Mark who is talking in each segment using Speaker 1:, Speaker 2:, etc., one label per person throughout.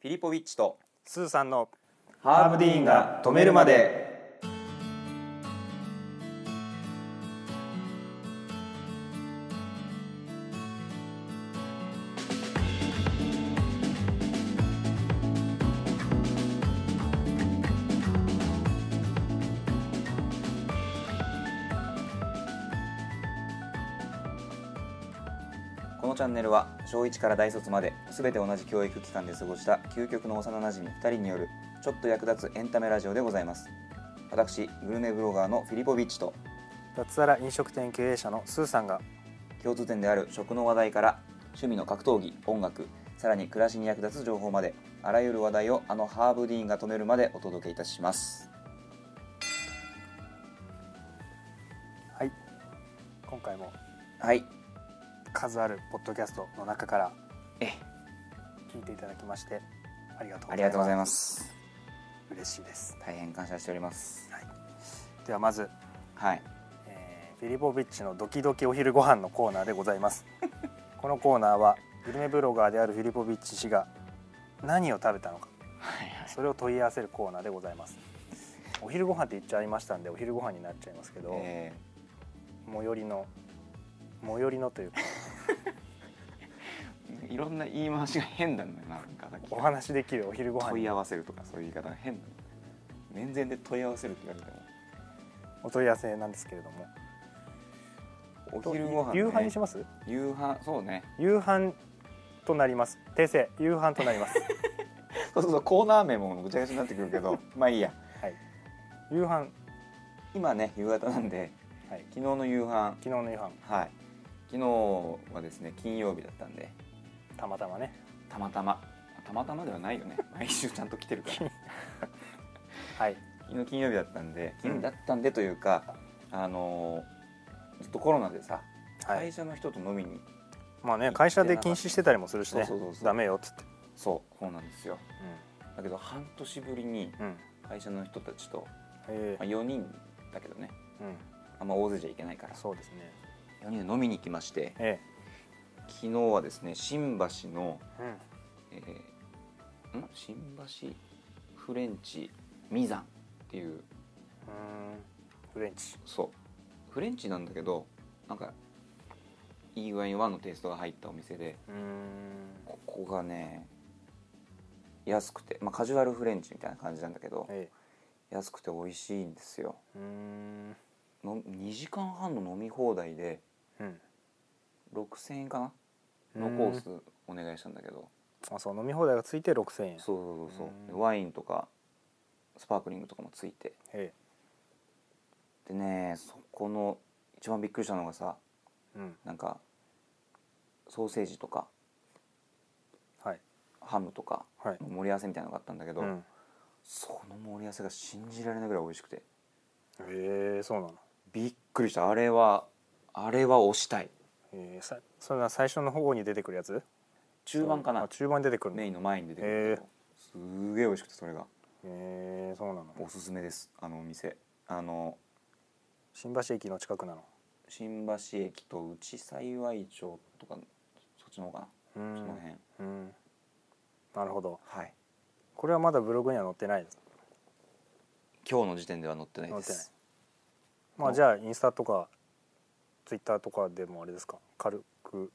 Speaker 1: フィリポウィッチと
Speaker 2: スーさんの
Speaker 1: ハーブディーンが止めるまでこのチャンネルは小1から大卒まで全て同じ教育機関で過ごした究極の幼なじみ2人によるちょっと役立つエンタメラジオでございます私グルメブロガーのフィリポビッチと
Speaker 2: 脱サラ飲食店経営者のスーさんが
Speaker 1: 共通点である食の話題から趣味の格闘技音楽さらに暮らしに役立つ情報まであらゆる話題をあのハーブディーンが止めるまでお届けいたします
Speaker 2: はい今回も
Speaker 1: はい
Speaker 2: 数あるポッドキャストの中から
Speaker 1: え
Speaker 2: 聞いていただきましてありがとう
Speaker 1: ありがとうございますす
Speaker 2: 嬉しいです、
Speaker 1: 大変感謝しております
Speaker 2: はい、ではまず、
Speaker 1: はい
Speaker 2: えーフィリポビッチのドキドキお昼ご飯のコーナーでございます このコーナーはグルメブロガーであるフィリポビッチ氏が何を食べたのか
Speaker 1: はい
Speaker 2: それを問い合わせるコーナーでございますお昼ご飯って言っちゃいましたんでお昼ご飯になっちゃいますけど、
Speaker 1: え
Speaker 2: 最寄りの最寄りのというか
Speaker 1: ー、いろんな言い回しが変なんだよななんかさっき
Speaker 2: お話できるお昼ご飯
Speaker 1: 問
Speaker 2: に
Speaker 1: い合わせるとかそういう言い方が変なんだよ面前で問い合わせるって言われても
Speaker 2: お問い合わせなんですけれども
Speaker 1: お昼ご飯、ね、
Speaker 2: 夕飯にします
Speaker 1: 夕飯そうね
Speaker 2: 夕飯となります訂正夕飯となります
Speaker 1: そうそうそうコーナー名もぐちゃぐちゃになってくるけどまあいいや
Speaker 2: はい夕飯はい
Speaker 1: 今ね夕方なんで昨日の夕飯
Speaker 2: 昨日の夕飯
Speaker 1: はい昨日はですね金曜日だったんで
Speaker 2: たまたまね
Speaker 1: たまたまたまたまではない よね毎週ちゃんと来てるから
Speaker 2: はい
Speaker 1: 昨日金曜日だったんで
Speaker 2: うん
Speaker 1: 金だったんでというか、あのーずっとコロナでさ、
Speaker 2: は
Speaker 1: 会
Speaker 2: い
Speaker 1: 社の人と飲みに
Speaker 2: まあね会社で禁止してたりもするしね
Speaker 1: そうそうそうそう
Speaker 2: ダメよっつって
Speaker 1: そうそうなんですよだけど半年ぶりに
Speaker 2: うんうん
Speaker 1: 会社の人たちと、
Speaker 2: え
Speaker 1: まあ、4人だけどね
Speaker 2: うん
Speaker 1: あんま大勢じゃいけないから
Speaker 2: そうですね
Speaker 1: 4人で飲みに行きまして
Speaker 2: え
Speaker 1: 昨日はですね新橋の
Speaker 2: えうん
Speaker 1: えーん新橋フレンチミザンっていう
Speaker 2: うーんフレンチ
Speaker 1: そうフレンチなんだけどなんかいい具合に和のテイストが入ったお店で
Speaker 2: うーん
Speaker 1: ここがね安くて、まあ、カジュアルフレンチみたいな感じなんだけど
Speaker 2: え
Speaker 1: 安くて美味しいんですよ
Speaker 2: えうーん
Speaker 1: の2時間半の飲み放題で
Speaker 2: うん
Speaker 1: 6000円かなのコースお願いしたんだけど
Speaker 2: あそう飲み放題がついて6000円
Speaker 1: そうそうそうそう
Speaker 2: うん
Speaker 1: でワインとかスパークリングとかもついて
Speaker 2: え
Speaker 1: でねそこの一番びっくりしたのがさ
Speaker 2: えうん
Speaker 1: なんかソーセージとか
Speaker 2: はい
Speaker 1: ハムとか
Speaker 2: はい
Speaker 1: の盛り合わせみたいなのがあったんだけど、
Speaker 2: うん
Speaker 1: その盛り合わせが信じられないぐらい美味しくて
Speaker 2: ええそうなの
Speaker 1: びっくりしたあれはあれは推したい
Speaker 2: えー、さそれは最初の方に出てくるやつ
Speaker 1: 中盤か
Speaker 2: あ
Speaker 1: な
Speaker 2: 中盤に出てくるの
Speaker 1: メ
Speaker 2: へ
Speaker 1: インの前に出てくるんだけど、すげえ美味しくてそれが
Speaker 2: えー、そうなの
Speaker 1: おすすめですあのお店あの
Speaker 2: 新橋駅の近くなの
Speaker 1: 新橋駅と内幸町とかそっちの方か
Speaker 2: う
Speaker 1: な、その
Speaker 2: ん
Speaker 1: 辺
Speaker 2: うんなるほど
Speaker 1: はい
Speaker 2: これはまだブログには載ってないです
Speaker 1: 今日の時点では載ってないで
Speaker 2: 載って
Speaker 1: す
Speaker 2: ま
Speaker 1: お
Speaker 2: あじゃあインスタとかツイッターとかでもあれですか軽く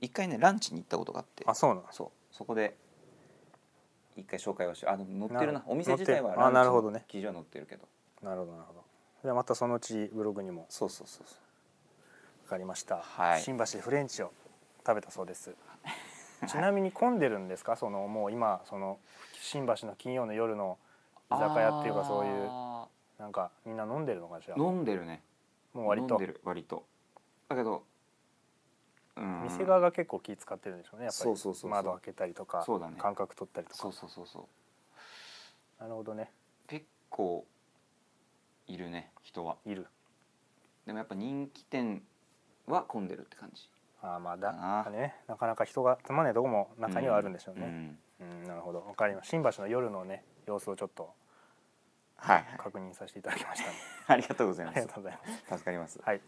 Speaker 1: 一回ねランチに行ったことがあって
Speaker 2: あそうなの
Speaker 1: そうそこで一回紹介をしあでも載ってるな
Speaker 2: なる
Speaker 1: お店自体は
Speaker 2: 載ってるあなるほ
Speaker 1: ラ
Speaker 2: ど
Speaker 1: ンチ
Speaker 2: ね
Speaker 1: の記事は載ってるけど
Speaker 2: なるほどなるほどじゃあまたそのうちブログにも
Speaker 1: そうそうそうそう
Speaker 2: 分かりました、
Speaker 1: はい
Speaker 2: 新橋でフレンチを食べたそうです ちなみに混んでるんですかそのもう今その新橋の金曜の夜の居酒屋っていうかそういう
Speaker 1: あ
Speaker 2: なんかみんな飲んでるのかしら
Speaker 1: ー
Speaker 2: も
Speaker 1: 飲んでるね
Speaker 2: う割
Speaker 1: 飲ん
Speaker 2: と
Speaker 1: でる割とだけどうん
Speaker 2: 店側が結構気使ってるんでしょうねやっぱり
Speaker 1: そうそうそうそう
Speaker 2: 窓開けたりとか
Speaker 1: そうだね
Speaker 2: 間隔取ったりと
Speaker 1: そ
Speaker 2: か
Speaker 1: うそうそうそう
Speaker 2: なるほどね
Speaker 1: 結構いるね人はい
Speaker 2: る
Speaker 1: でもやっぱ人気店は混んでるって感じ
Speaker 2: ああまあ
Speaker 1: だな
Speaker 2: だねなかなか人がつまんないとこも中にはあるんでしょう
Speaker 1: う
Speaker 2: ね
Speaker 1: ん
Speaker 2: うん、なるほどわかります新橋の夜のね様子をちょっと
Speaker 1: はい はい
Speaker 2: 確認させていただきま した、ね、
Speaker 1: ありがとうござい
Speaker 2: あ
Speaker 1: ま
Speaker 2: りが
Speaker 1: す
Speaker 2: とうございます
Speaker 1: 助かります
Speaker 2: はい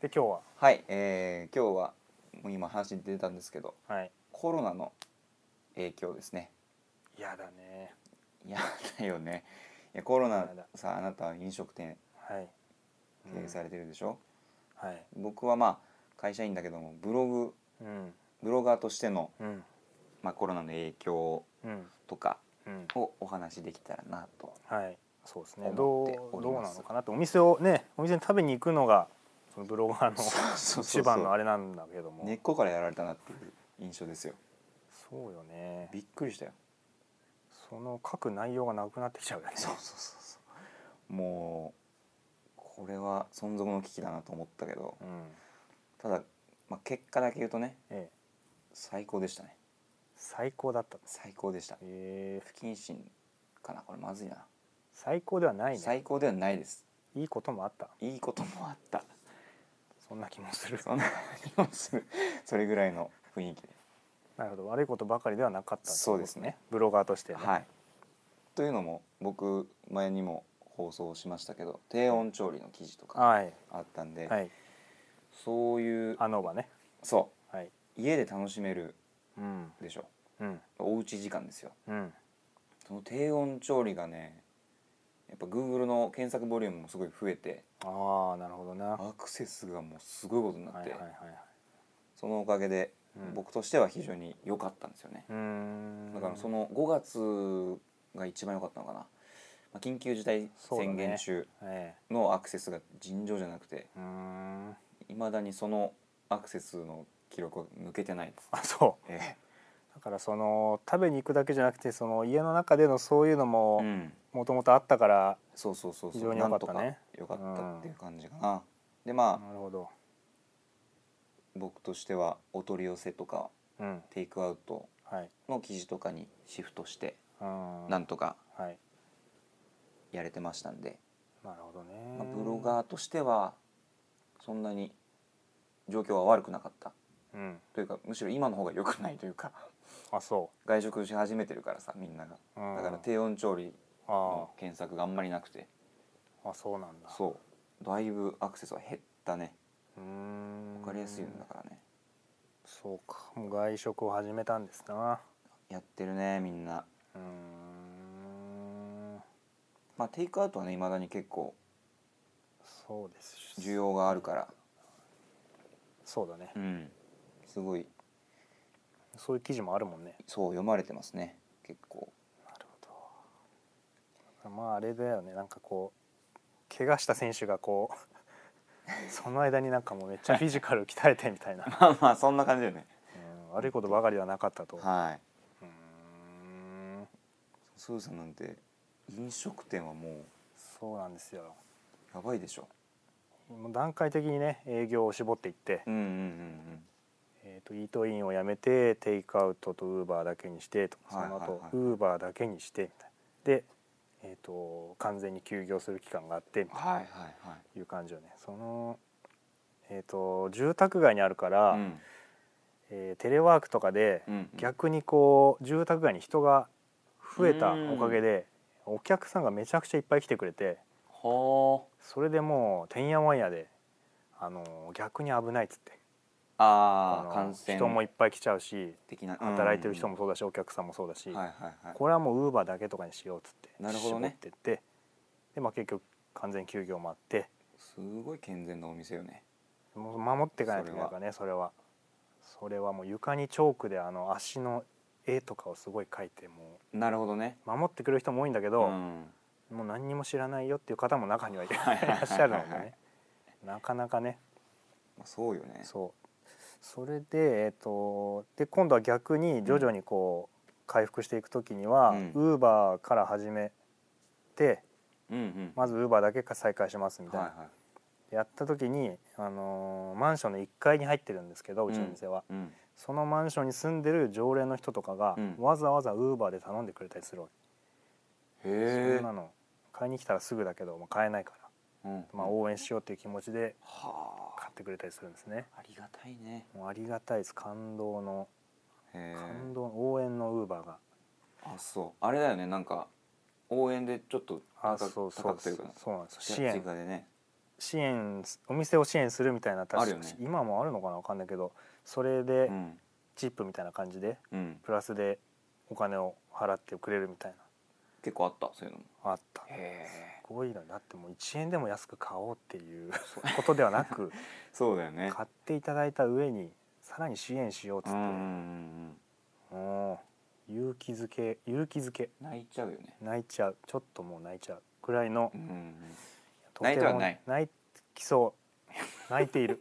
Speaker 2: で今日は
Speaker 1: はいえー今日はもう今話に出たんですけど
Speaker 2: はい
Speaker 1: コロナの影響ですね
Speaker 2: 嫌だね
Speaker 1: 嫌だよねいやコロナさあなたは飲食店
Speaker 2: はい、
Speaker 1: 経営されてるでしょ、
Speaker 2: はい
Speaker 1: 僕はまあ会社員だけどもブログ
Speaker 2: うん
Speaker 1: ブロガーとしての、
Speaker 2: うん
Speaker 1: まあ、コロナの影響
Speaker 2: うん
Speaker 1: とか
Speaker 2: うん
Speaker 1: をお話しできたらなと
Speaker 2: はいそうですね
Speaker 1: 思
Speaker 2: ど
Speaker 1: っ
Speaker 2: う
Speaker 1: ており
Speaker 2: どう
Speaker 1: ます
Speaker 2: なのかなってお店をねお店に食べに行くのがそのブロガーの
Speaker 1: そうそうそう
Speaker 2: 一番のあれなんだけども
Speaker 1: 根っこからやられたなっていう印象ですよ
Speaker 2: そうよね
Speaker 1: びっくりしたよ
Speaker 2: その書く内容がなくなってきちゃうよね
Speaker 1: そうそうそうそうもうこれは存続の危機だなと思ったけど
Speaker 2: うん
Speaker 1: ただ、まあ、結果だけ言うとね
Speaker 2: ええ
Speaker 1: 最高でしたね
Speaker 2: 最高だったんです
Speaker 1: 最高でした
Speaker 2: ええ
Speaker 1: 不謹慎かなこれまずいな
Speaker 2: 最高ではないね
Speaker 1: 最高ではないです
Speaker 2: いいこともあった
Speaker 1: いいこともあった
Speaker 2: そんな気もする
Speaker 1: そんな気もするそれぐらいの雰囲気で、
Speaker 2: なるほど悪いことばかりではなかったってこと
Speaker 1: そうですね
Speaker 2: ブロガーとしてね、
Speaker 1: はいというのも僕前にも放送しましたけど低温調理の記事とか
Speaker 2: はい
Speaker 1: あったんで、
Speaker 2: はい
Speaker 1: そういう
Speaker 2: あの場ね
Speaker 1: そ
Speaker 2: はいう
Speaker 1: 家で楽しめる
Speaker 2: うん
Speaker 1: でしょ
Speaker 2: うん
Speaker 1: おうち時間ですよ
Speaker 2: うん
Speaker 1: その低温調理がねやっぱ Google の検索ボリュームもすごい増えて
Speaker 2: ああなるほどなは
Speaker 1: アクセスがもうすごいことに
Speaker 2: い
Speaker 1: なって、
Speaker 2: はいはいはい
Speaker 1: そのおかげで
Speaker 2: うん
Speaker 1: 僕としては非常に良かったんですよね、
Speaker 2: うーん
Speaker 1: だからその5月が一番良かったのかな、まあ、緊急事態宣言中
Speaker 2: え
Speaker 1: のアクセスが尋常じゃなくて
Speaker 2: えうーん
Speaker 1: いまだにそのアクセスの記録は抜けてないです、
Speaker 2: あそう
Speaker 1: え
Speaker 2: だからその食べに行くだけじゃなくてその家の中でのそういうの
Speaker 1: えう
Speaker 2: も
Speaker 1: ん、
Speaker 2: もともとあったから、
Speaker 1: そうそうそう
Speaker 2: 非
Speaker 1: そ
Speaker 2: 常
Speaker 1: う
Speaker 2: に
Speaker 1: な
Speaker 2: 良か
Speaker 1: ん
Speaker 2: っ
Speaker 1: と
Speaker 2: た
Speaker 1: か
Speaker 2: ね
Speaker 1: 良かったっていう感じかな、でまあ
Speaker 2: なるほど
Speaker 1: 僕としてはお取り寄せとか
Speaker 2: うん
Speaker 1: テイクアウト
Speaker 2: はい
Speaker 1: の記事とかにシフトして
Speaker 2: うん
Speaker 1: なんとか
Speaker 2: はい
Speaker 1: やれてましたんで、
Speaker 2: なるほどね、
Speaker 1: まあ、ブロガーとしてはそんなに状況は悪くなかった
Speaker 2: うん
Speaker 1: というかむしろ今の方が良くないというか
Speaker 2: あそ
Speaker 1: 外食し始めてるからさみんなが
Speaker 2: う、うん、
Speaker 1: だから低温調理
Speaker 2: あ
Speaker 1: の検索があんまりなくて
Speaker 2: ああそうなんだ
Speaker 1: そうだいぶアクセスは減ったね
Speaker 2: うーん
Speaker 1: 分かりやすいんだからね
Speaker 2: そうかもう外食を始めたんですな
Speaker 1: やってるねみんな
Speaker 2: うーん
Speaker 1: まあテイクアウトはねいまだに結構
Speaker 2: そうです
Speaker 1: 需要があるから
Speaker 2: そうだね、
Speaker 1: うんすごい
Speaker 2: そういう記事もあるもんね
Speaker 1: そう読まれてますね結構
Speaker 2: なるほどまああれだよねなんかこう怪我した選手がこ うその間になんかもうめっちゃフィジカル鍛えてみたいな、
Speaker 1: まあまあそんな感じだよね
Speaker 2: うん、悪いことばかりはなかったと、
Speaker 1: はいう
Speaker 2: ーん
Speaker 1: スーさんなんて飲食店はもう
Speaker 2: そうなんですよ
Speaker 1: やばいでしょ
Speaker 2: もう段階的にね営業を絞っていって、
Speaker 1: うんうんうん
Speaker 2: えー、とイートインをやめてテイクアウトとウーバーだけにしてとそ
Speaker 1: はいはい
Speaker 2: の
Speaker 1: はい
Speaker 2: 後ウーバーだけにしてみたいなで、えー、と完全に休業する期間があってみたい
Speaker 1: う
Speaker 2: な
Speaker 1: んはいはいはい
Speaker 2: いう感じよねその、えー、と住宅街にあるから、
Speaker 1: うん
Speaker 2: えーテレワークとかで
Speaker 1: うんうん
Speaker 2: 逆にこう住宅街に人が増えた
Speaker 1: うん
Speaker 2: おかげでお客さんがめちゃくちゃいっぱい来てくれて
Speaker 1: ほ
Speaker 2: それでもうてんやわんやで、あのー逆に危ないっつって
Speaker 1: うあ
Speaker 2: の
Speaker 1: あ
Speaker 2: ー
Speaker 1: 感染
Speaker 2: 人もいっぱい来ちゃうし
Speaker 1: 的な
Speaker 2: 働いてる人
Speaker 1: も
Speaker 2: もそうだし、お客さんもそうだし、
Speaker 1: はいはいはい
Speaker 2: これはもうウーバーだけとかにしようっつって
Speaker 1: なるほどね
Speaker 2: 絞ってってで、まあ、結局完全休業もあって
Speaker 1: すごい健全なお店よね
Speaker 2: もう守っていかないといけないからねそれはそれはもう床にチョークであの足の絵とかをすごい描いても
Speaker 1: なるほどね
Speaker 2: う守ってくれる人も多いんだけ
Speaker 1: う
Speaker 2: ど、
Speaker 1: ん
Speaker 2: もう何にも知らないよっていう方も中にはいら
Speaker 1: はいはいはいはい
Speaker 2: っしゃるのでねなかなかね
Speaker 1: まあそうよね
Speaker 2: そうそれで,、えー、とで今度は逆に徐々にこう、回復していく時には
Speaker 1: うん
Speaker 2: ウーバーから始めて
Speaker 1: うんうん
Speaker 2: まずウーバーだけ再開しますみたいな、
Speaker 1: はいは
Speaker 2: やった時に、あのーマンションの1階に入ってるんですけどうちの店は、
Speaker 1: いうん
Speaker 2: そのマンションに住んでる常連の人とかが、
Speaker 1: うん
Speaker 2: わざわざウーバーで頼んでくれたりするわ
Speaker 1: へ
Speaker 2: け、
Speaker 1: え
Speaker 2: そんなの買いに来たらすぐだけど、まあ、買えないから、
Speaker 1: うん
Speaker 2: まあ、応援しようっていう気持ちで
Speaker 1: は
Speaker 2: 買ってくれたりするんですね
Speaker 1: あありがたいね
Speaker 2: もうありがたいです感動の
Speaker 1: へ
Speaker 2: 感
Speaker 1: え
Speaker 2: 動の応援のウーバーが
Speaker 1: あそうあれだよねなんか応援でちょっと
Speaker 2: あ
Speaker 1: 高
Speaker 2: そう
Speaker 1: く
Speaker 2: そ
Speaker 1: 高
Speaker 2: う
Speaker 1: くと
Speaker 2: そ
Speaker 1: いううかな
Speaker 2: そうなんですよ支
Speaker 1: 追
Speaker 2: 援
Speaker 1: 加でね
Speaker 2: 支援お店を支援するみたいな確か
Speaker 1: あるよね
Speaker 2: 今もあるのかなわかんないけどそれで
Speaker 1: うん
Speaker 2: チップみたいな感じで
Speaker 1: うん
Speaker 2: プラスでお金を払ってくれるみたい
Speaker 1: 結構あったそういうのも
Speaker 2: なあったね
Speaker 1: へえ
Speaker 2: すごいなだってもう1円でも安く買おうっていうことではなく
Speaker 1: そうだよ ね
Speaker 2: 買っていただいた上にさらに支援しようっつ
Speaker 1: うん
Speaker 2: っ
Speaker 1: う
Speaker 2: て、
Speaker 1: んうんうん
Speaker 2: うん勇気づけ勇気づけ
Speaker 1: 泣いちゃうよね
Speaker 2: 泣いちゃうちょっともう泣いちゃうくらいの
Speaker 1: うんうんう ん
Speaker 2: と
Speaker 1: 泣
Speaker 2: ても
Speaker 1: いてはない
Speaker 2: 泣きそう泣いている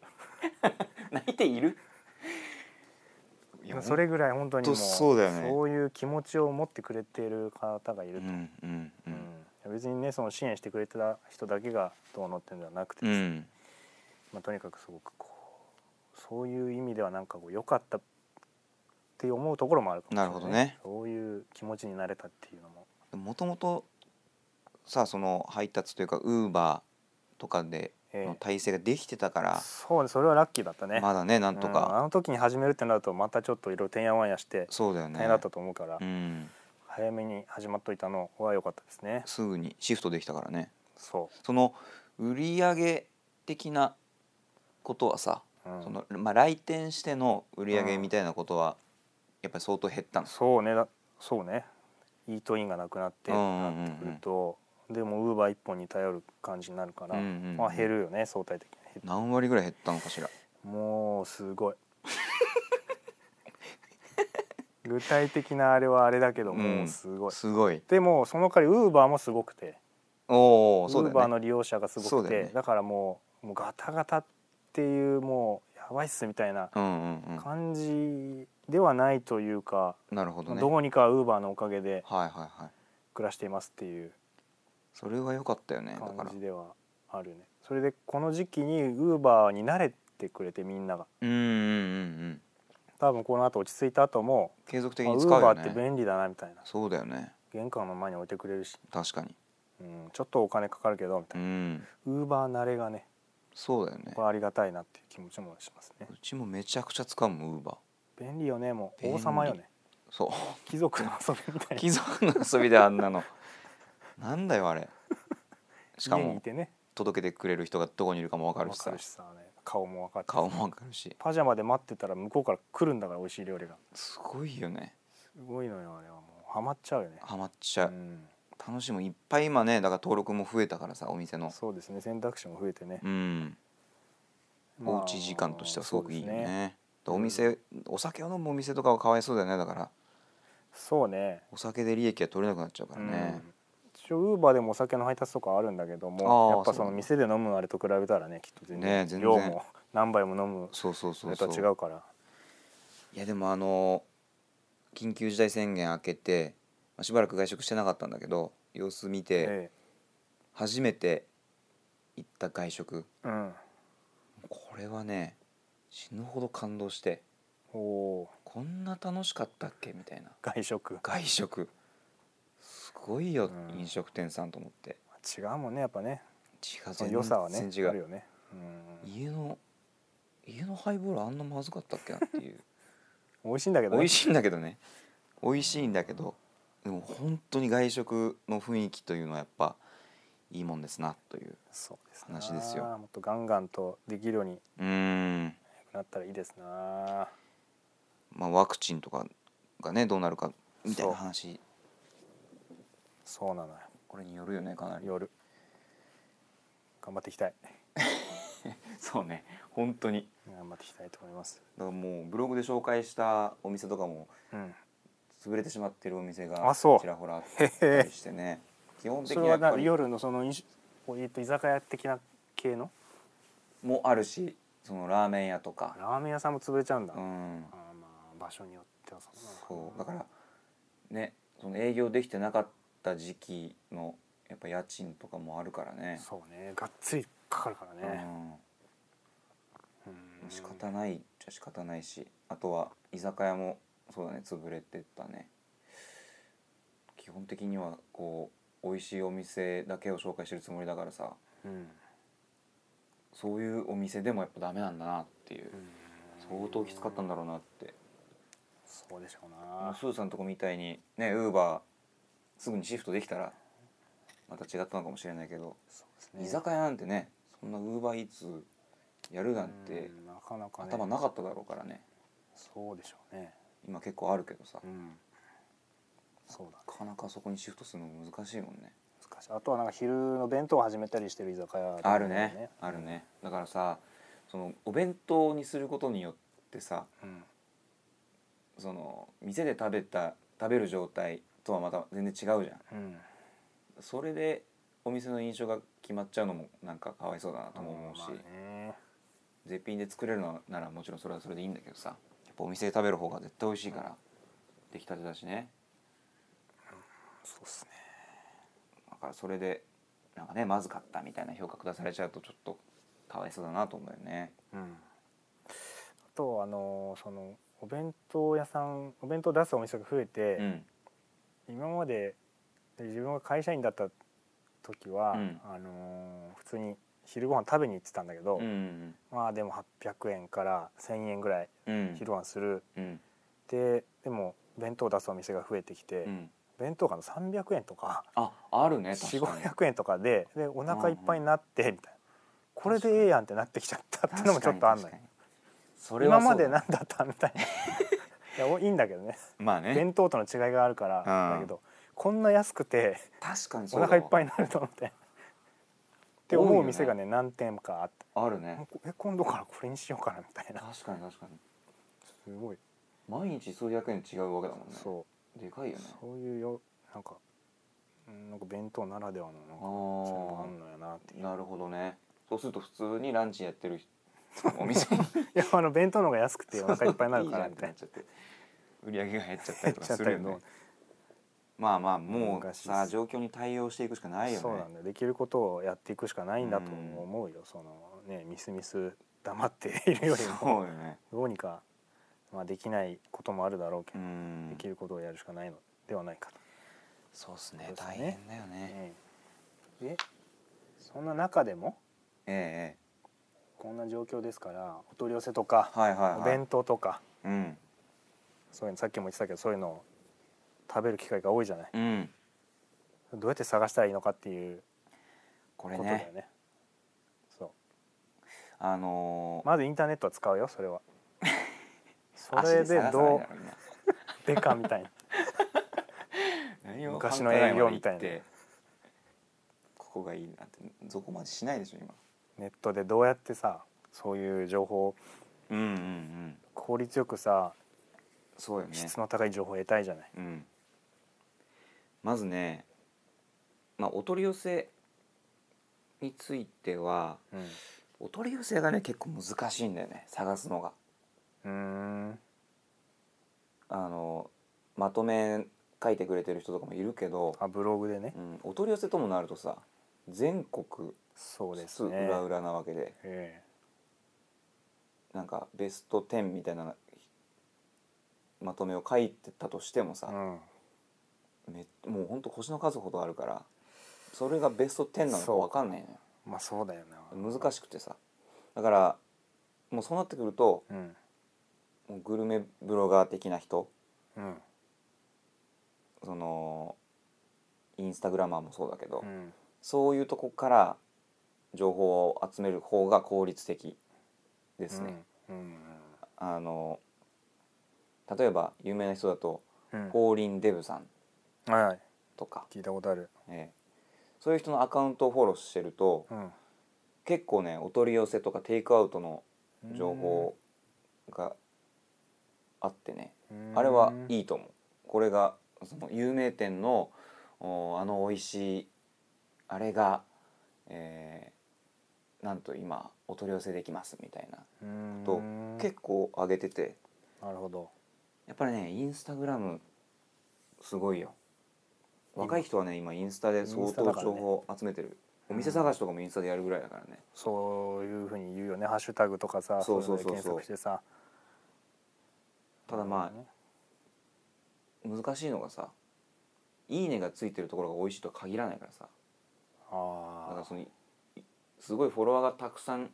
Speaker 1: 泣いている い
Speaker 2: それぐらい本当にもう
Speaker 1: ほんとそうだよね
Speaker 2: そういう気持ちを持ってくれている方がいる
Speaker 1: う
Speaker 2: と、
Speaker 1: んうんう
Speaker 2: うん
Speaker 1: ん
Speaker 2: 別にねその支援してくれてた人だけがどうのっていうのではなくて
Speaker 1: う
Speaker 2: ですね
Speaker 1: ん
Speaker 2: まあ、とにかくすごくこうそういう意味ではなんかこう良かったって思うところもあるかもしれない
Speaker 1: なるほどね
Speaker 2: そういう気持ちになれたっていうのも
Speaker 1: もともとさあその配達というかウーバーとかで
Speaker 2: ええ
Speaker 1: の体制ができてたから、
Speaker 2: そうねそれはラッキーだったね、
Speaker 1: まだねなんと
Speaker 2: うん
Speaker 1: か、
Speaker 2: あの時に始めるってなるとまたちょっといろいろてんやわんやして
Speaker 1: そうだよね
Speaker 2: 大変だったと思うから、
Speaker 1: うん、
Speaker 2: 早めに始まっといたのは良かったですね
Speaker 1: すぐにシフトできたからね
Speaker 2: そ
Speaker 1: その売り上げ的なことはさ、
Speaker 2: う、うん
Speaker 1: そのまあ、来店しての売り上げみたいなことはやっぱり相当減ったんです
Speaker 2: そうねだそうねイートインがなくなって
Speaker 1: うんうんう
Speaker 2: なん
Speaker 1: うん
Speaker 2: ってくると、でもウーバー一本に頼る感じになるから、
Speaker 1: うんうんうん
Speaker 2: まあ減るよね相対的に減っ
Speaker 1: 何割ぐらい減ったのかしら
Speaker 2: もうすごい具体的なあれはあれだけど
Speaker 1: うん
Speaker 2: もうすごい、
Speaker 1: すごい
Speaker 2: でもその代わりウーバーもすごくて
Speaker 1: お
Speaker 2: ウ
Speaker 1: おそうだ
Speaker 2: ー
Speaker 1: よね
Speaker 2: バーの利用者がす
Speaker 1: そ
Speaker 2: ご
Speaker 1: う
Speaker 2: く
Speaker 1: だ
Speaker 2: て
Speaker 1: よ
Speaker 2: だ,、
Speaker 1: ね
Speaker 2: からもうもうガタガタっていうもうやばいっすみたいな
Speaker 1: うんうん
Speaker 2: 感じではないというか、
Speaker 1: うんなるほどね
Speaker 2: どうにかウーバーのおかげで
Speaker 1: はいはいはい
Speaker 2: 暮らしていますっていう
Speaker 1: それは良かったよねだか
Speaker 2: 感
Speaker 1: ら
Speaker 2: じではあるねそれでこの時期にウーバーに慣れてくれてみんなが
Speaker 1: うんうんうんうん
Speaker 2: 多分この後落ち着いた後も
Speaker 1: 継続
Speaker 2: ウ
Speaker 1: 的に
Speaker 2: ー
Speaker 1: 使う
Speaker 2: バ
Speaker 1: よ
Speaker 2: ーって
Speaker 1: ね
Speaker 2: 便利だなみたいな
Speaker 1: そうだよね
Speaker 2: 玄関の前に置いてくれるし、
Speaker 1: 確かに
Speaker 2: うん、ちょっとお金かかるけどみた
Speaker 1: う
Speaker 2: いなんウーバー慣れがね
Speaker 1: そうだよね
Speaker 2: これありがたいなっていう気持ちもしますね
Speaker 1: うちもめちゃくちゃ使うもんウーバー
Speaker 2: 便利よねも
Speaker 1: 便
Speaker 2: う
Speaker 1: 利
Speaker 2: 王様よね
Speaker 1: そう
Speaker 2: 貴族の遊びみ たいな
Speaker 1: 貴族の遊びであんなのなんだよあれしか
Speaker 2: 家にい
Speaker 1: も
Speaker 2: てね
Speaker 1: 届けてくれる人がどこにいるかも分か
Speaker 2: わ
Speaker 1: るし
Speaker 2: か
Speaker 1: さ
Speaker 2: るしさ、ね、顔もわかってさ
Speaker 1: 顔も分かるし
Speaker 2: パジャマで待ってたら向こうから来るんだから美味しい料理が
Speaker 1: すごいよね
Speaker 2: すごいのよあれはもうハマっちゃうよね
Speaker 1: ハマっちゃ
Speaker 2: う、
Speaker 1: うん楽しいもんいっぱい今ねだから登録も増えたからさお店の
Speaker 2: そうですね選択肢も増えてね、
Speaker 1: うん
Speaker 2: まあ
Speaker 1: おうち時間としてはすごくいいよ
Speaker 2: そうですね
Speaker 1: ねお店お酒を飲むお店とかはかわいそうだよねだから
Speaker 2: そうね
Speaker 1: お酒で利益が取れなくなっちゃうからね
Speaker 2: うん一応ウーバーでもお酒の配達とかあるんだけど
Speaker 1: あ
Speaker 2: も
Speaker 1: ー
Speaker 2: やっぱそ
Speaker 1: そうな
Speaker 2: の
Speaker 1: んだ
Speaker 2: 店で飲むあれと比べたらねきっと全
Speaker 1: ねえ
Speaker 2: 然
Speaker 1: 全然
Speaker 2: 量も 何杯も飲む
Speaker 1: そうそう
Speaker 2: そ
Speaker 1: そう
Speaker 2: れ
Speaker 1: そ
Speaker 2: と
Speaker 1: う
Speaker 2: は違うから
Speaker 1: いやでもあの緊急事態宣言明けてまあしばらく外食してなかったんだけど様子見て
Speaker 2: え
Speaker 1: 初めて行った外食
Speaker 2: えうん
Speaker 1: これはね死ぬほど感動して
Speaker 2: おお
Speaker 1: こんな楽しかったっけみたいな
Speaker 2: ー外食
Speaker 1: 外食すごいよ
Speaker 2: うん
Speaker 1: 飲食店さんと思って
Speaker 2: 違うもんねやっぱね
Speaker 1: 違う
Speaker 2: その良さはね
Speaker 1: 全
Speaker 2: あ
Speaker 1: 然違
Speaker 2: る
Speaker 1: う
Speaker 2: よねうん
Speaker 1: 家の家のハイボールあんなまずかったっけなっていう
Speaker 2: 美味しいん だけど
Speaker 1: 美
Speaker 2: ね
Speaker 1: 味しいんだけどね美味しいんだけどでも本当に外食の雰囲気というのはやっぱいいもんですなという
Speaker 2: そうです
Speaker 1: 話ですよ
Speaker 2: なもっとガンガンとできるように
Speaker 1: うーん
Speaker 2: なったらいいですな
Speaker 1: まあワクチンとかがねどうなるかみたいな話
Speaker 2: そうなのよ
Speaker 1: これによるよねかなり
Speaker 2: 夜頑張っていきたい
Speaker 1: そうね本当に
Speaker 2: 頑張っていきたいと思います
Speaker 1: だからもうブログで紹介したお店とかも
Speaker 2: うん
Speaker 1: 潰れてしまってるお店が
Speaker 2: あそう
Speaker 1: ちらほらあっ
Speaker 2: へ
Speaker 1: た
Speaker 2: へ
Speaker 1: りしてね基本的
Speaker 2: そ
Speaker 1: にや
Speaker 2: れは
Speaker 1: っぱ
Speaker 2: な
Speaker 1: り
Speaker 2: 夜のその飲酒こうえっと居酒屋的な系の
Speaker 1: もあるしそのラーメン屋とか
Speaker 2: ラーメン屋さんも潰れちゃうんだ、
Speaker 1: う
Speaker 2: あ
Speaker 1: ん
Speaker 2: ーまあ場所によってはそうなの
Speaker 1: そう
Speaker 2: かな
Speaker 1: だからねその営業できてなかった時期のやっぱ家賃とかもあるからね
Speaker 2: そうねがっつりかかるからね、
Speaker 1: う
Speaker 2: うんん
Speaker 1: 仕方ないじゃ仕方ないしあとは居酒屋もそうだね潰れてったね基本的にはこう美味しいお店だけを紹介してるつもりだからさ
Speaker 2: うん、
Speaker 1: そういうお店でもやっぱダメなんだなっていう
Speaker 2: うん
Speaker 1: 相当きつかったんだろうなって
Speaker 2: そうでしょう
Speaker 1: もう
Speaker 2: な
Speaker 1: スーさんとこみたいにねウーバーすぐにシフトできたらまた違ったのかもしれないけど、
Speaker 2: そうで
Speaker 1: 居
Speaker 2: すね
Speaker 1: 酒屋なんてねそんなウーバーイーツやるなんて
Speaker 2: うんなかなかね
Speaker 1: 頭なかっただろうからね
Speaker 2: そうでしょうね
Speaker 1: 今結構あるけどさ
Speaker 2: うんそうだ
Speaker 1: なかなかそこにシフトするの難しいもんね
Speaker 2: 難しいあとはなんか昼の弁当を始めたりしてる居酒屋とか
Speaker 1: あるねあるねだからさそのお弁当にすることによってさ
Speaker 2: うん
Speaker 1: その店で食べた食べる状態とはまた全然違うじゃん
Speaker 2: うん
Speaker 1: それでお店の印象が決まっちゃうのもなんかかわいそうだなとも思うし、
Speaker 2: まあね
Speaker 1: 絶品で作れるのならもちろんそれはそれでいいんだけどさやっぱお店で食べる方が絶対美味しいから、出来たてだしね
Speaker 2: そうっすね
Speaker 1: だからそれでなんかねまずかったみたいな評価下されちゃうとちょっとかわいそうだなと思うよね
Speaker 2: うんあとあのーそのお弁当屋さんお弁当出すお店が増えて、
Speaker 1: うん
Speaker 2: 今までで自分が会社員だった時は、
Speaker 1: うん
Speaker 2: あのー普通に昼ご飯食べに行ってたんだけど、
Speaker 1: うんうん
Speaker 2: まあでも800円から1,000円ぐらい
Speaker 1: うん
Speaker 2: 昼ご飯する、
Speaker 1: うん
Speaker 2: ででも弁当出すお店が増えてきて、
Speaker 1: うん
Speaker 2: 弁当があの300円とか
Speaker 1: ああるね確かに
Speaker 2: 4500円とかででお腹いっぱいになってみたいな、これでええやんってなってきちゃったってのもちょっとあんの
Speaker 1: 確かに
Speaker 2: よ
Speaker 1: 確かにそれは
Speaker 2: 今
Speaker 1: そ
Speaker 2: ま
Speaker 1: うだ
Speaker 2: で何だった みたいないやおいいんだけどね
Speaker 1: まあね
Speaker 2: 弁当との違いがあるから
Speaker 1: うん
Speaker 2: だけどこんな安くて
Speaker 1: 確かにそ
Speaker 2: お
Speaker 1: うだわ
Speaker 2: 腹いっぱいになると思ってって思う店がね何店かあって
Speaker 1: あるね
Speaker 2: え今度からこれにしようかなみたいな
Speaker 1: 確かに確かに
Speaker 2: すごい
Speaker 1: 毎日数百円違うわけだもんね
Speaker 2: そ
Speaker 1: でかいよ
Speaker 2: う
Speaker 1: ね
Speaker 2: そういうよなんかうんなんか弁当ならではのな
Speaker 1: あ
Speaker 2: んかそういうの
Speaker 1: ー
Speaker 2: があんのやなっていう
Speaker 1: なるほどねそうすると普通にランチやって る人お店に
Speaker 2: いやあの弁当の方が安くてお腹いっぱいになるか
Speaker 1: い
Speaker 2: ら
Speaker 1: い
Speaker 2: み
Speaker 1: じゃんって
Speaker 2: たいな
Speaker 1: なっちゃって売り上げが減っちゃったりとか
Speaker 2: 減っ
Speaker 1: す
Speaker 2: ちゃった
Speaker 1: る
Speaker 2: け
Speaker 1: よ
Speaker 2: ど
Speaker 1: ねまあまあも
Speaker 2: 難
Speaker 1: う
Speaker 2: しい
Speaker 1: さ
Speaker 2: っす
Speaker 1: 状況に対応していくしかないよね
Speaker 2: そうなんだよできることをやっていくしかないんだと思うよ、そのねミスミス黙っているよりも
Speaker 1: そうよね
Speaker 2: どうにか、まあ、できないこともあるだろうけ
Speaker 1: う
Speaker 2: ど、
Speaker 1: ん
Speaker 2: できることをやるしかないのではないか
Speaker 1: そうっす
Speaker 2: そ
Speaker 1: ね
Speaker 2: うっすね
Speaker 1: 大変だよ
Speaker 2: と、
Speaker 1: ね
Speaker 2: ねでそんな中でも
Speaker 1: ええ
Speaker 2: こんな状況ですからお取り寄せとか、
Speaker 1: ええはいはい
Speaker 2: お
Speaker 1: はい
Speaker 2: 弁当とか
Speaker 1: うん
Speaker 2: そういうのさっきも言ってたけどそういうのを食べる機会が多いじゃない、
Speaker 1: うん
Speaker 2: どうやって探したらいいのかっていう
Speaker 1: こ
Speaker 2: こ
Speaker 1: れ
Speaker 2: とだよね
Speaker 1: ね
Speaker 2: そう
Speaker 1: あのー
Speaker 2: まずインターネットは使うよ それはそ
Speaker 1: 足探
Speaker 2: れ
Speaker 1: さ
Speaker 2: で
Speaker 1: ないだろ
Speaker 2: ど
Speaker 1: みんな
Speaker 2: うでかみたいな
Speaker 1: 何を
Speaker 2: 昔の営業みたい
Speaker 1: 繁華街まで行っ
Speaker 2: な
Speaker 1: てここがいいなんてそこまでしないでしょ今
Speaker 2: ネットでどうやってさそういう情報を
Speaker 1: うんうんうん
Speaker 2: 効率よくさ
Speaker 1: そうよね
Speaker 2: 質の高い情報を得たいじゃない、
Speaker 1: うんまずねまあお取り寄せについてはお取り寄せがね結構難しいんだよね探すのが
Speaker 2: うんうーん
Speaker 1: あのまとめ書いてくれてる人とかもいるけど、
Speaker 2: あブログでね
Speaker 1: うん、お取り寄せともなるとさ全国
Speaker 2: そうです
Speaker 1: 津
Speaker 2: ね
Speaker 1: 裏裏なわけで
Speaker 2: え
Speaker 1: なんかベスト10みたいなまとめを書いてたとしても
Speaker 2: え
Speaker 1: さ、
Speaker 2: うん
Speaker 1: めもうほんと星の数ほどあるからそれがベスト10なのか
Speaker 2: そう
Speaker 1: 分かんないのよ
Speaker 2: まあそうだよな
Speaker 1: 難しくてさだからもうそうなってくると
Speaker 2: うん
Speaker 1: もうグルメブロガー的な人
Speaker 2: うん
Speaker 1: そのインスタグラマーもそうだけど、
Speaker 2: うん
Speaker 1: そういうとこから情報を集める方が効率的ですね。
Speaker 2: うんうん
Speaker 1: あの例えば有名な人だと
Speaker 2: うん
Speaker 1: ポーリン・デブさん
Speaker 2: うんはいはい
Speaker 1: とか、
Speaker 2: 聞いたことある
Speaker 1: ええそういう人のアカウントをフォローしてると
Speaker 2: うん
Speaker 1: 結構ねお取り寄せとかテイクアウトの情報があってね、あれはい
Speaker 2: い
Speaker 1: いと思うこれがその有名店のおあの美味しいあれが、えーなんと今お取り寄せできますみたいなと結構上げてて
Speaker 2: なるほど
Speaker 1: やっぱりねインスタグラムすごいよ若い人はね今インスタで
Speaker 2: イ
Speaker 1: 相
Speaker 2: ンスタ
Speaker 1: 当
Speaker 2: だから
Speaker 1: 情
Speaker 2: ね
Speaker 1: 報集めてる、お店
Speaker 2: うん
Speaker 1: 探しとかもインスタでやるぐらいだからね
Speaker 2: そういうふうに言うよねハッシュタグとかさ
Speaker 1: そうそうそうそう
Speaker 2: いので検索してさ
Speaker 1: ただまあ難しいのがさ「いいね」がついてるところが美味しいとは限らないからさだか
Speaker 2: あ
Speaker 1: らそのいすごいフォロワーがたくさん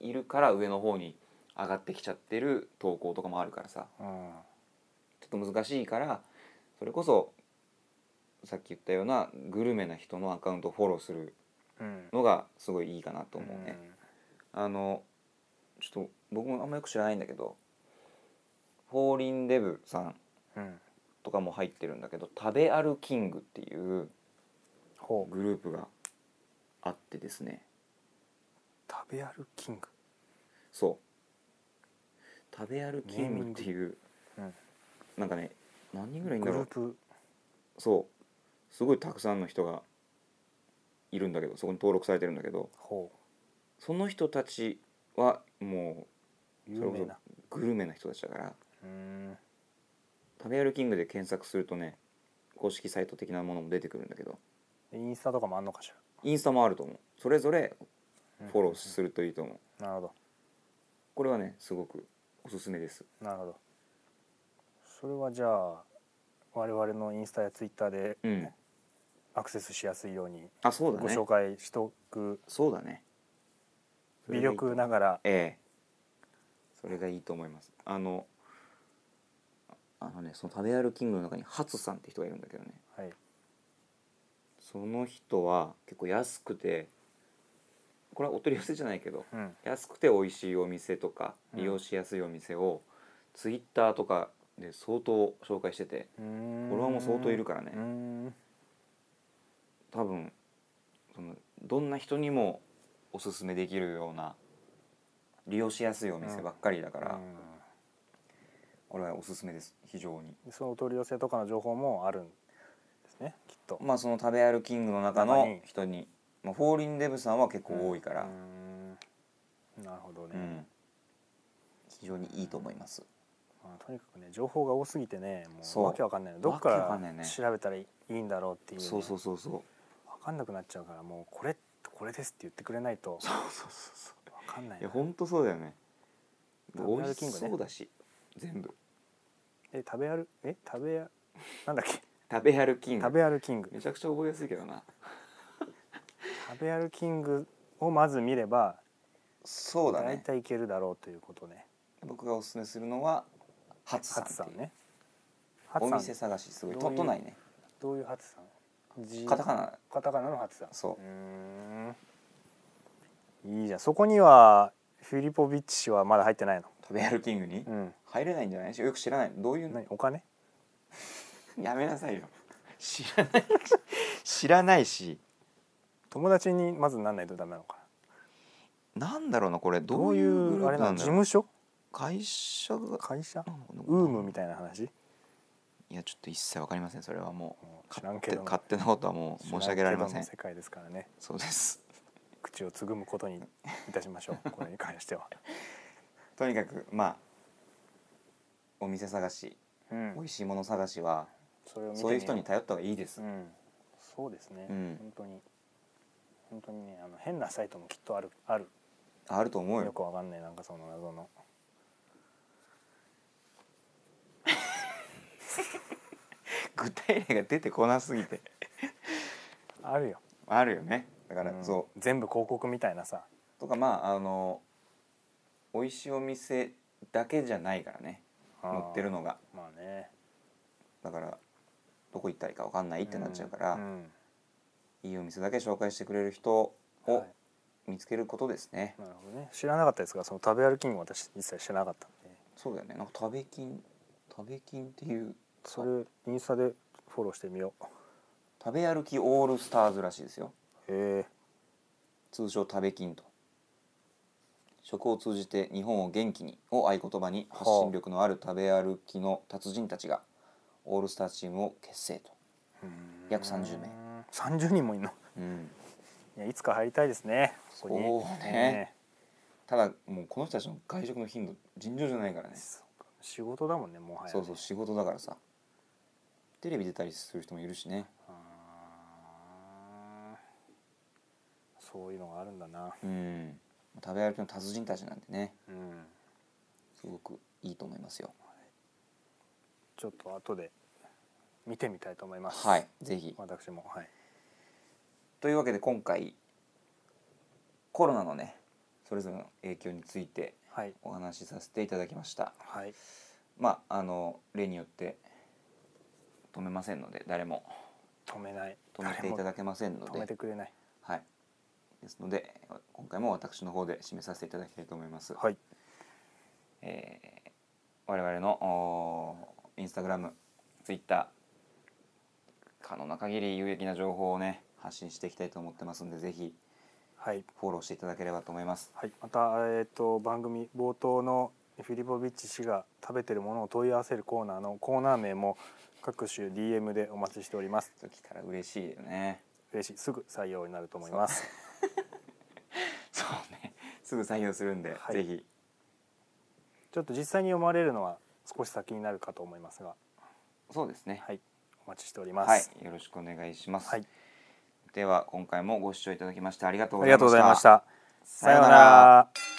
Speaker 1: いるから上の方に上がってきちゃってる投稿とかもあるからさ
Speaker 2: あうん
Speaker 1: ちょっと難しいからそれこそさっき言ったようなグルメな人のアカウントをフォローする
Speaker 2: うん
Speaker 1: のがすごいいいかなと思うね。あのちょっと僕もあんまよく知らないんだけどフォーリンデブさん
Speaker 2: うん
Speaker 1: とかも入ってるんだけど「食べ歩キング」っていう
Speaker 2: ほう
Speaker 1: グループがあってですね
Speaker 2: 食べ歩きキング
Speaker 1: そう「食べ歩キング」っていう
Speaker 2: ネーミング
Speaker 1: なんかね何人ぐらいいん
Speaker 2: グ
Speaker 1: だ
Speaker 2: ル
Speaker 1: ろ
Speaker 2: ー
Speaker 1: う
Speaker 2: プ
Speaker 1: そうすごいたくさんの人がいるんだけどそこに登録されてるんだけど
Speaker 2: ほ
Speaker 1: その人たちはも
Speaker 2: う
Speaker 1: う
Speaker 2: 有
Speaker 1: それこ
Speaker 2: 名な
Speaker 1: そグルメな人たちだから
Speaker 2: うーん
Speaker 1: 「食べ歩キング」で検索するとね公式サイト的なものも出てくるんだけど
Speaker 2: インスタとかもあんのかし
Speaker 1: インスタもあると思うそれぞれ
Speaker 2: ら
Speaker 1: フォローするといいと思う
Speaker 2: なるほど
Speaker 1: これはねすごくおすすめです
Speaker 2: なるほどそれはじゃあ我々のインスタやツイッターで
Speaker 1: うん
Speaker 2: アクセスしやすいように
Speaker 1: あそうだ
Speaker 2: ご
Speaker 1: ね
Speaker 2: 紹介しとく
Speaker 1: そうだねそれ
Speaker 2: 微
Speaker 1: がいいと
Speaker 2: 力ながら
Speaker 1: ええそれがいいと思いますあのあのねその「食べ歩きキング」の中にハツさんって人がいるんだけどね
Speaker 2: はい
Speaker 1: その人は結構安くてこれはお取り寄せじゃないけど
Speaker 2: うん
Speaker 1: 安くて美味しいお店とか
Speaker 2: うん
Speaker 1: 利用しやすいお店をツイッターとかで相当紹介してて
Speaker 2: うーん
Speaker 1: フォロワーも相当いるから
Speaker 2: うー
Speaker 1: ね
Speaker 2: ん
Speaker 1: 多分そのどんな人にもおすすめできるような利用しやすいお店ばっかりだから、
Speaker 2: うん
Speaker 1: 俺はおすすめです非常に
Speaker 2: でそのお取り寄せとかの情報もあるんですねきっと
Speaker 1: まあその食べ歩きキングの中
Speaker 2: 中
Speaker 1: の
Speaker 2: に
Speaker 1: 人に、まあ、フォーリンデブさんは結構多いから、
Speaker 2: う
Speaker 1: うん
Speaker 2: ーんなるほどね、
Speaker 1: 非常にいいと思います
Speaker 2: まあ、とにかくね情報が多すぎてね
Speaker 1: そ
Speaker 2: も
Speaker 1: う
Speaker 2: うわけわかんないのどっか
Speaker 1: わけわかんない
Speaker 2: ら
Speaker 1: ね
Speaker 2: 調べたらいいんだろうっていう,、ね
Speaker 1: そうそうそうそう
Speaker 2: わかんなくなっちゃうからもうこれこれですって言ってくれないと
Speaker 1: そうそうそうそ
Speaker 2: わかんないう
Speaker 1: いや
Speaker 2: な
Speaker 1: ほんとそうだよね美
Speaker 2: 食べ歩
Speaker 1: 味し
Speaker 2: きキングね
Speaker 1: そうだし、全部
Speaker 2: え食べ歩え食べやなんだっけ
Speaker 1: 食べ歩きキング
Speaker 2: 食べ歩きキング
Speaker 1: めちゃくちゃ覚えやすいけどな
Speaker 2: 食べ歩きキングをまず見れば
Speaker 1: そうだ
Speaker 2: 大
Speaker 1: ね
Speaker 2: 体いけるだろうということね
Speaker 1: 僕がおすすめするのはハツさ
Speaker 2: ハ
Speaker 1: んって
Speaker 2: ツさ
Speaker 1: いうん
Speaker 2: ね
Speaker 1: お
Speaker 2: ハツさ
Speaker 1: 店
Speaker 2: ん
Speaker 1: 探しすごい
Speaker 2: どう
Speaker 1: 都
Speaker 2: いう
Speaker 1: 都内ね
Speaker 2: どういうハツさんじ
Speaker 1: カタカナ
Speaker 2: カタカナのハツさん
Speaker 1: そう
Speaker 2: ーんいいじゃんそこにはフィリポビッチ氏はまだ入ってないの
Speaker 1: 食べ歩きキングに
Speaker 2: うん
Speaker 1: 入れないんじゃないよく知らないどういう
Speaker 2: 何お金
Speaker 1: やめな さいよ知らない知らないし
Speaker 2: 友達にまずなんないとダメなのか
Speaker 1: なんだろうなこれ
Speaker 2: な
Speaker 1: どういうグル
Speaker 2: どういうあ
Speaker 1: ー
Speaker 2: れ
Speaker 1: プな
Speaker 2: なの
Speaker 1: ん
Speaker 2: 事
Speaker 1: だろう
Speaker 2: 務所
Speaker 1: 会社が
Speaker 2: 会社
Speaker 1: なのかな
Speaker 2: ウームみたいな話
Speaker 1: いやちょっと一切わかりませんそれはもう
Speaker 2: もう知ら
Speaker 1: 勝
Speaker 2: んけ
Speaker 1: 手
Speaker 2: ど
Speaker 1: 勝手なことはもう申し上げられません
Speaker 2: 知らけどの世界ですからね
Speaker 1: そうです
Speaker 2: 口をつぐむことにいたしま しょうこれに関しては、
Speaker 1: とにかくまあお店探し美味しいもの探しは
Speaker 2: それを見てみよ
Speaker 1: そういう人に頼った方がいいです
Speaker 2: うんそうですね、
Speaker 1: うん
Speaker 2: 本当に本当にねあの変なサイトもきっとあるある
Speaker 1: あると思う
Speaker 2: よ
Speaker 1: よ
Speaker 2: くわかんないなんかその謎の
Speaker 1: 具体例が出てこなすぎて
Speaker 2: あるよ
Speaker 1: あるよねだから
Speaker 2: うん
Speaker 1: そ
Speaker 2: 全部広告みたいなさ
Speaker 1: うとかまああの美味しいお店だけじゃないからね載ってる
Speaker 2: の
Speaker 1: のが
Speaker 2: まあね
Speaker 1: だからどこ行ったらいいかわかんないってなっちゃうから、
Speaker 2: んん
Speaker 1: いいお店だけ紹介してくれる人を
Speaker 2: はい
Speaker 1: 見つけることですね、
Speaker 2: なるほどね知らなかったですがその食べ歩きも私一切知らなかったんで
Speaker 1: そうだよねなんか食べ金食べ金っていう
Speaker 2: それインスタでフォローしてみよ
Speaker 1: 食べ歩きオールスターズらしいですよ
Speaker 2: うへえ
Speaker 1: 通称食べ金と食を通じて日本を元気にを合言葉に
Speaker 2: はあ
Speaker 1: 発信力のある食べ歩きの達人たちがオールスターチームを結成と、約30名
Speaker 2: 名30人もいんの
Speaker 1: うん、
Speaker 2: いやいつか入りたいですねここに
Speaker 1: そうねただもうこの人たちの外食の頻度尋常じゃないからね
Speaker 2: そうか仕事だもんねもはやね
Speaker 1: そうそう仕事だからさテレビ出たりする人もいるしね
Speaker 2: あーそういうのがあるんだな
Speaker 1: うん食べ歩きの達人たちなんてね
Speaker 2: うん
Speaker 1: すごくいいと思いますよ
Speaker 2: ちょっと後で見てみたいと思います
Speaker 1: はいぜひ
Speaker 2: 私もはい
Speaker 1: というわけで今回コロナのねそれぞれの影響について
Speaker 2: はい
Speaker 1: お話しさせていただきました
Speaker 2: はい
Speaker 1: まああの例によって止めませんので誰も
Speaker 2: 止めない
Speaker 1: 止めていただけませんの
Speaker 2: 誰も止めて
Speaker 1: で
Speaker 2: くれない
Speaker 1: はいですので今回も私の方で締めさせていただきたいと思います、
Speaker 2: はい
Speaker 1: えー我々のおーインスタグラムツイッター可能な限り有益な情報をね発信していきたいと思ってますんでぜひ
Speaker 2: はい、
Speaker 1: フォローしていただければと思います
Speaker 2: はい、また、えー、と番組冒頭のフィリポビッチ氏が食べてるものを問い合わせるコーナーのコーナー名も各種 DM でお待ちしております
Speaker 1: 来たら嬉しいよね
Speaker 2: 嬉しいすぐ採用になると思います
Speaker 1: そうねすぐ採用するんで、
Speaker 2: はい
Speaker 1: ぜひ
Speaker 2: ちょっと実際に読まれるのは少し先になるかと思いますが
Speaker 1: そうですね
Speaker 2: はいお待ちしておりま
Speaker 1: はい
Speaker 2: す、
Speaker 1: よろしくお願いします、
Speaker 2: はい
Speaker 1: では今回もご視聴いただきましてありがとう
Speaker 2: あ
Speaker 1: ご
Speaker 2: り
Speaker 1: ざい
Speaker 2: が
Speaker 1: ま
Speaker 2: とう
Speaker 1: し
Speaker 2: ござい
Speaker 1: た
Speaker 2: ました
Speaker 1: さようなら